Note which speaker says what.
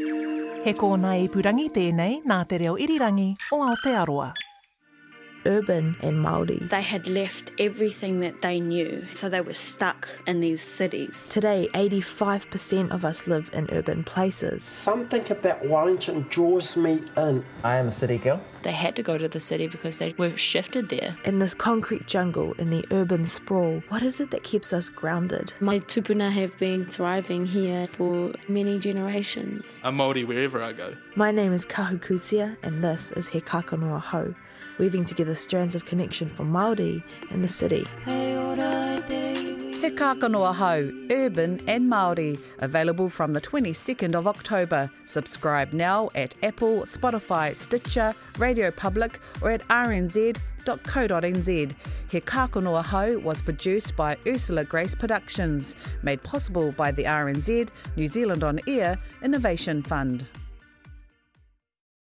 Speaker 1: He kōna i purangi tēnei nā te reo irirangi o Aotearoa.
Speaker 2: urban and Māori.
Speaker 3: They had left everything that they knew, so they were stuck in these cities.
Speaker 2: Today, 85% of us live in urban places.
Speaker 4: Something about Wellington draws me in.
Speaker 5: I am a city girl.
Speaker 6: They had to go to the city because they were shifted there.
Speaker 2: In this concrete jungle, in the urban sprawl, what is it that keeps us grounded?
Speaker 7: My tupuna have been thriving here for many generations.
Speaker 8: I'm Māori wherever I go.
Speaker 2: My name is Kahukutia, and this is He Kakanoa Ho, weaving together strands of connection from Māori and the city.
Speaker 9: He Kakanoa Hau, Urban and Māori, available from the 22nd of October. Subscribe now at Apple, Spotify, Stitcher, Radio Public or at rnz.co.nz. He Kakanoa Hau was produced by Ursula Grace Productions, made possible by the RNZ New Zealand On Air Innovation Fund.